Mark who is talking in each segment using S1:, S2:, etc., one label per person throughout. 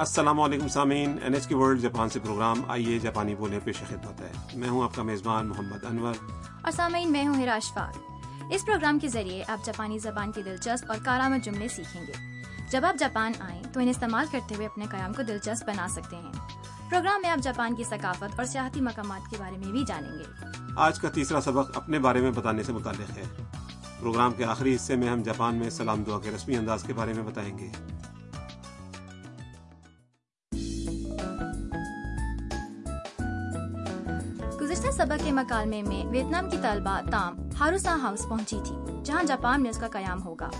S1: السلام علیکم سامعین N H K world Japan سے پروگرام آئیے جاپانی بولیں پیش خدمت ہے میں ہوں آپ کا میزبان محمد انور
S2: اور سامعین میں ہوں ہراش فاق اس پروگرام کے ذریعے آپ جاپانی زبان کے دلچسپ اور کارآمد جملے سیکھیں گے جب آپ جاپان آئیں تو انہیں استعمال کرتے ہوئے اپنے قیام کو دلچسپ بنا سکتے ہیں پروگرام میں آپ جاپان کی ثقافت اور سیاحتی مقامات کے بارے میں بھی جانیں گے
S1: آج کا تیسرا سبق اپنے بارے میں بتانے سے متعلق ہے پروگرام کے آخری حصے میں ہم جاپان میں سلام دعا کے رسمی انداز کے بارے میں بتائیں گے
S2: گزشتہ سبق کے مکالمے میں ویتنام کی طالبہ تام ہاروسا ہاؤس پہنچی تھی جہاں جاپان میں اس کا قیام ہوگا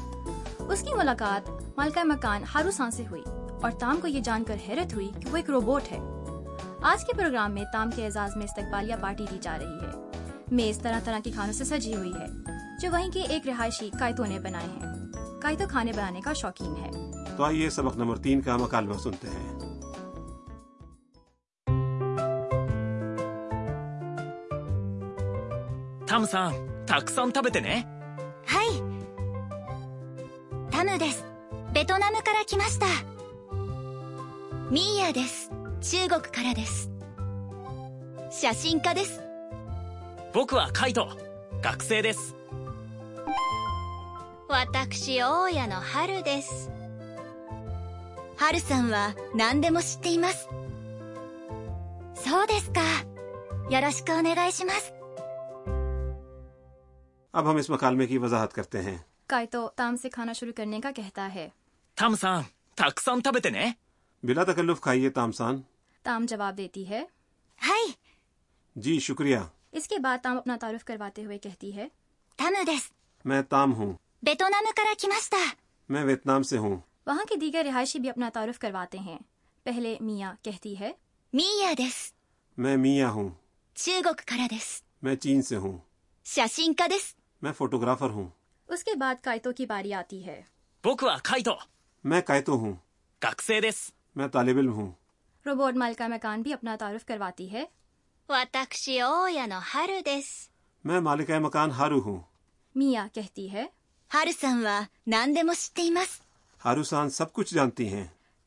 S2: اس کی ملاقات ملکہ مکان ہاروساں سے ہوئی اور تام کو یہ جان کر حیرت ہوئی کہ وہ ایک روبوٹ ہے آج کے پروگرام میں تام کے اعزاز میں استقبالیہ پارٹی دی جا رہی ہے میز طرح طرح کے کھانوں سے سجی ہوئی ہے جو وہیں کے ایک رہائشی کائتو نے بنائے ہیں کائتو کھانے بنانے کا شوقین ہے
S1: تو آئیے سبق نمبر تین کا مکالمہ سنتے ہیں
S3: タムさんたくさん食べてね
S4: はいタムですベトナムから来ましたミーヤです中国からです写真家です
S3: 僕はカイト学生です
S4: 私大家の春です春さんは何でも知っていますそうですかよろしくお願いします
S1: اب ہم اس مکالمے کی وضاحت کرتے ہیں
S2: کائتو تام سے کھانا شروع کرنے کا کہتا ہے
S3: タムさんたくさん食べてね
S1: بلا تکلف کھائیے تامسان
S2: تام جواب دیتی ہے
S4: はい
S1: جی شکریہ
S2: اس کے بعد تام اپنا تعارف کرواتے ہوئے کہتی ہے
S4: タムです
S1: میں تام ہوں
S4: ベトナムから来ました
S1: میں ویتنام سے ہوں
S2: وہاں کے دیگر رہائشی بھی اپنا تعارف کرواتے ہیں پہلے میاں کہتی ہے
S4: ミーヤです
S1: میں میاں ہوں
S4: 中国からです
S1: میں چین سے ہوں
S4: 写真家です
S1: میں فوٹوگرافر ہوں
S2: اس کے بعد کائتو کی باری آتی ہے
S3: 僕はカイト
S1: میں کائتو ہوں
S3: 学生です
S1: میں طالب علم ہوں
S2: روبوٹ مالکہ مکان بھی اپنا تعارف کرواتی ہے
S4: 私大家の春です。
S1: میں مالکہ مکان ہارو ہوں
S2: میاں کہتی ہے
S4: 春さんは何でも知っています。
S1: ہارو سان سب کچھ جانتی ہیں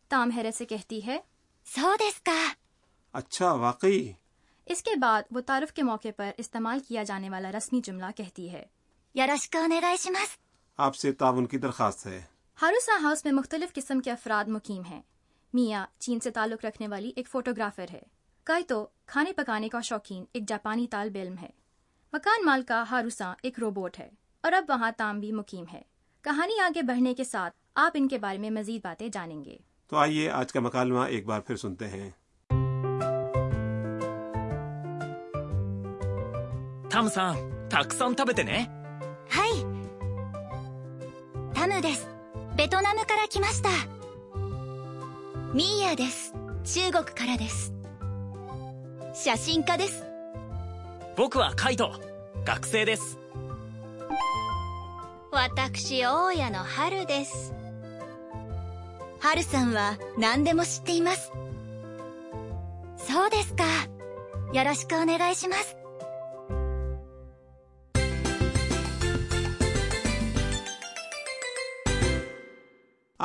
S2: تام حیرت سے کہتی ہے
S4: そうですか。
S1: اچھا واقعی
S2: اس کے بعد وہ تعارف کے موقع پر استعمال کیا جانے والا رسمی جملہ کہتی ہے
S4: よろしくお願いします。
S1: آپ سے تعاون کی درخواست ہے
S2: ہاروسا ہاؤس میں مختلف قسم کے افراد مقیم ہیں میاں چین سے تعلق رکھنے والی ایک فوٹوگرافر ہے کائتو کھانے پکانے کا شوقین ایک جاپانی طالب علم ہے مکان مالکہ ہاروسا ایک روبوٹ ہے اور اب وہاں تام بھی مقیم ہے کہانی آگے بڑھنے کے ساتھ آپ ان کے بارے میں مزید باتیں جانیں گے
S1: تو آئیے آج کا مکالمہ ایک بار پھر سنتے ہیں
S3: タムさんたくさん食べてね
S4: はい。タムです。ベトナムから来ました。ミーヤです。中国からです。写真家です。
S3: 僕はカイト学生です
S4: 私大家の春です。春さんは何でも知っています。そうですか。よろしくお願いします。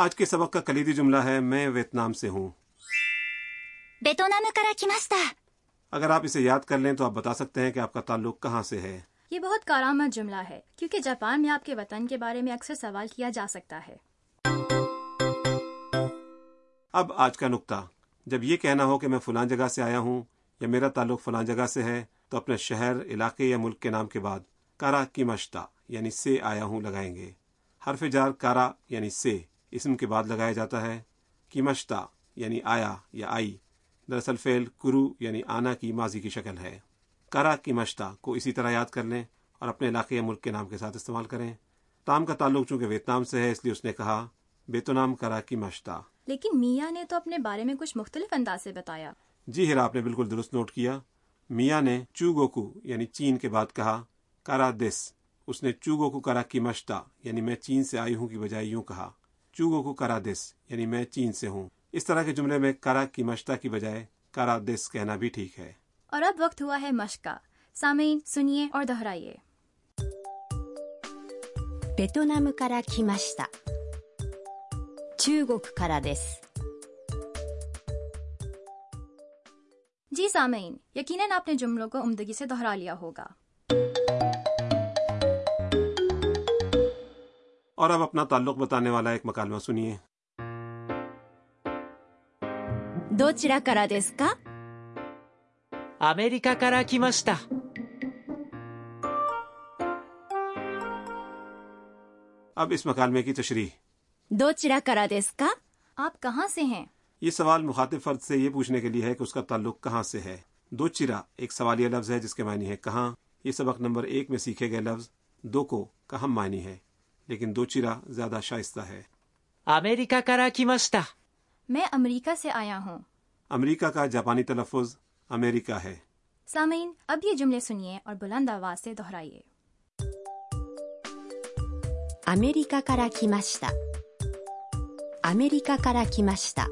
S1: آج کے سبق کا کلیدی جملہ ہے میں ویتنام سے ہوں
S4: ベトナムから来ました。
S1: اگر آپ اسے یاد کر لیں تو آپ بتا سکتے ہیں کہ آپ کا تعلق کہاں سے ہے
S2: یہ بہت کارآمد جملہ ہے کیونکہ جاپان میں آپ کے وطن کے بارے میں اکثر سوال کیا جا سکتا ہے
S1: اب آج کا نقطہ جب یہ کہنا ہو کہ میں فلاں جگہ سے آیا ہوں یا میرا تعلق فلاں جگہ سے ہے تو اپنے شہر علاقے یا ملک کے نام کے بعد کارا کی مشتہ یعنی سے آیا ہوں لگائیں گے حرف جار کارا یعنی سے اسم کے بعد لگایا جاتا ہے کی مشتہ یعنی آیا یا آئی دراصل فعل کرو یعنی آنا کی ماضی کی شکل ہے کارا کی مشتہ کو اسی طرح یاد کر لیں اور اپنے علاقے یا ملک کے نام کے ساتھ استعمال کریں تام کا تعلق چونکہ ویتنام سے ہے اس لیے اس نے کہا بیتنام کرا کی مشتہ
S2: لیکن میاں نے تو اپنے بارے میں کچھ مختلف انداز سے بتایا
S1: جی ہیرا آپ نے بالکل درست نوٹ کیا میاں نے چوگوکو یعنی چین کے بعد کہا کارا دس اس نے چوگوکو کرا کی مشتا یعنی میں چین سے آئی ہوں کی بجائے یوں کہا چوگوکو کرا دس یعنی میں چین سے ہوں اس طرح کے جملے میں کرا کی مشتا کی بجائے کرا دس کہنا بھی ٹھیک ہے
S2: اور اب وقت ہوا ہے مشق کا سامعین سنیے اور دہرائیے
S5: ベトナムから来ました中国からです
S2: جی سامعین یقیناً آپ نے جملوں کو عمدگی سے دہرا لیا ہوگا
S1: اور اب اپنا تعلق بتانے والا ایک مکالمہ سنیے
S4: どちらからですか
S3: アメリカから来ました
S1: اب اس مکالمے کی تشریح
S4: どちらからですか
S2: آپ کہاں سے ہیں
S1: یہ سوال مخاطب فرد سے یہ پوچھنے کے لیے ہے کہ اس کا تعلق کہاں سے ہے دو چرا ایک سوالیہ لفظ ہے جس کے معنی ہے کہاں یہ سبق نمبر ایک میں سیکھے گئے لفظ دو کو کہاں معنی ہے لیکن دو چرا زیادہ شائستہ ہے
S3: アメリカから来ました
S2: میں امریکہ سے آیا ہوں
S1: امریکہ کا جاپانی تلفظ امریکہ ہے
S2: سامعین اب یہ جملے سنیے اور بلند آواز سے دہرائیے
S5: アメリカから来ましたアメリカから来ました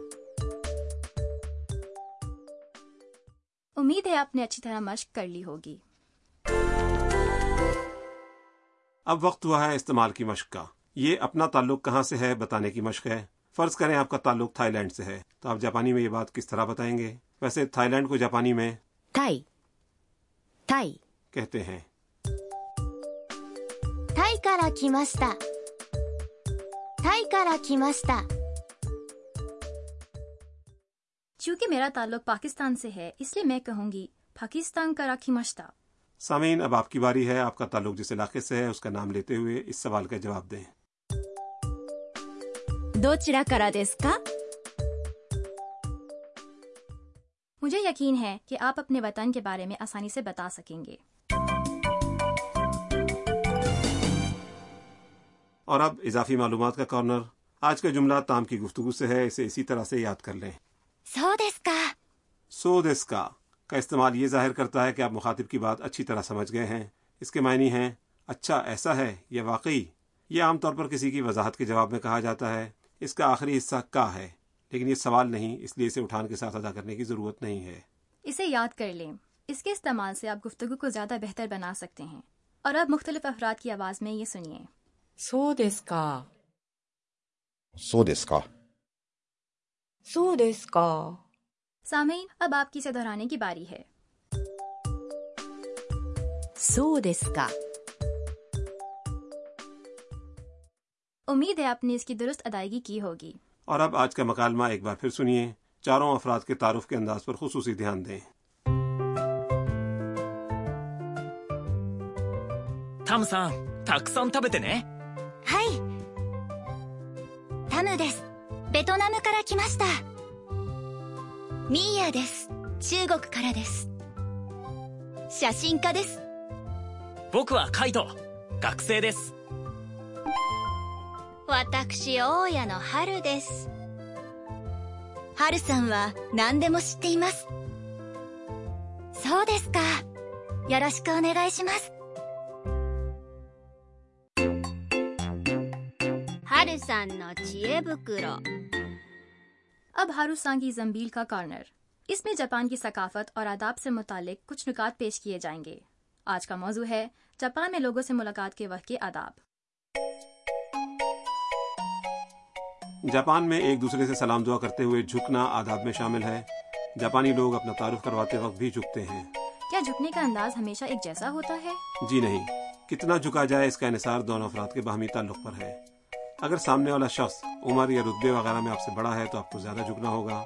S2: امید ہے آپ نے اچھی طرح مشق کر لی ہوگی
S1: اب وقت ہوا ہے استعمال کی مشق کا یہ اپنا تعلق کہاں سے ہے بتانے کی مشق ہے فرض کریں آپ کا تعلق تھائی لینڈ سے ہے تو آپ جاپانی میں یہ بات کس طرح بتائیں گے ویسے تھائی لینڈ کو جاپانی میں
S5: タイタイ
S1: کہتے ہیں
S4: タイから来ましたタイから来ました
S2: چونکہ میرا تعلق پاکستان سے ہے اس لیے میں کہوں گی پاکستان کا راکھی مشتہ
S1: سامعین اب آپ کی باری ہے آپ کا تعلق جس علاقے سے ہے اس کا نام لیتے ہوئے اس سوال کا جواب دیں
S5: どちらからですか
S2: مجھے یقین ہے کہ آپ اپنے وطن کے بارے میں آسانی سے بتا سکیں گے
S1: اور اب اضافی معلومات کا کارنر آج کا جملہ تام کی گفتگو سے ہے اسے اسی طرح سے یاد کر لیں
S4: そうですか
S1: سو دس کا کا استعمال یہ ظاہر کرتا ہے کہ آپ مخاطب کی بات اچھی طرح سمجھ گئے ہیں اس کے معنی ہیں اچھا ایسا ہے یا واقعی یہ عام طور پر کسی کی وضاحت کے جواب میں کہا جاتا ہے اس کا آخری حصہ کا ہے لیکن یہ سوال نہیں اس لیے اسے اٹھان کے ساتھ ادا کرنے کی ضرورت نہیں ہے
S2: اسے یاد کر لیں اس کے استعمال سے آپ گفتگو کو زیادہ بہتر بنا سکتے ہیں اور اب مختلف افراد کی آواز میں یہ سنیے
S6: そうですか。
S7: そうですか。
S6: そうですか。
S2: سامعین اب آپ کی اسے دہرانے کی باری ہے
S5: そうですか
S2: امید ہے آپ نے اس کی درست ادائیگی کی ہوگی
S1: اور اب آج کا مکالمہ ایک بار پھر سنیے چاروں افراد کے تعارف کے انداز پر خصوصی دھیان دیں
S3: タムさんたくさん食べてね
S4: はいタムですベトナムから来ましたミーヤです中国からです写真家です
S3: 僕はカイト学生です
S4: 私大家の春です春さんは何でも知っていますそうですかよろしくお願いします春さんの知恵袋
S2: اب ہاروسان کی زمبیل کا کارنر اس میں جاپان کی ثقافت اور آداب سے متعلق کچھ نکات پیش کیے جائیں گے آج کا موضوع ہے جاپان میں لوگوں سے ملاقات کے وقت کے آداب
S1: جاپان میں ایک دوسرے سے سلام دعا کرتے ہوئے جھکنا آداب میں شامل ہے جاپانی لوگ اپنا تعارف کرواتے وقت بھی جھکتے ہیں
S2: کیا جھکنے کا انداز ہمیشہ ایک جیسا ہوتا ہے
S1: جی نہیں کتنا جھکا جائے اس کا انحصار دونوں افراد کے باہمی تعلق پر ہے اگر سامنے والا شخص عمر یا رتبے وغیرہ میں آپ سے بڑا ہے تو آپ کو زیادہ جھکنا ہوگا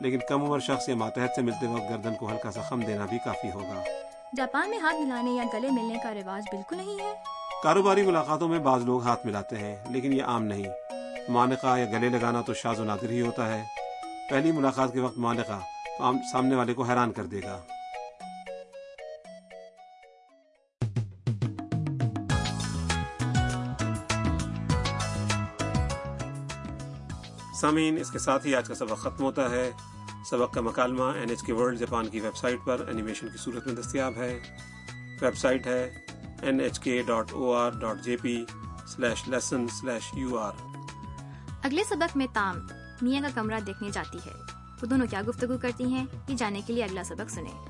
S1: لیکن کم عمر شخص یا ماتحت سے ملتے وقت گردن کو ہلکا سا خم دینا بھی کافی ہوگا
S2: جاپان میں ہاتھ ملانے یا گلے ملنے کا رواج بالکل نہیں ہے
S1: کاروباری ملاقاتوں میں بعض لوگ ہاتھ ملاتے ہیں لیکن یہ عام نہیں مانقہ یا گلے لگانا تو شاز و نادر ہی ہوتا ہے پہلی ملاقات کے وقت مانقہ عام- سامنے والے کو حیران کر دے گا سامعین اس کے ساتھ ہی آج کا سبق ختم ہوتا ہے سبق کا مکالمہ N H K world Japan کی ویب سائٹ پر اینیمیشن کی صورت میں دستیاب ہے ویب سائٹ ہے N H K dot O R dot J P slash lesson slash U R
S2: اگلے سبق میں تام میاں کا کمرہ دیکھنے جاتی ہے وہ دونوں کیا گفتگو کرتی ہیں یہ جاننے کے لیے اگلا سبق سنیں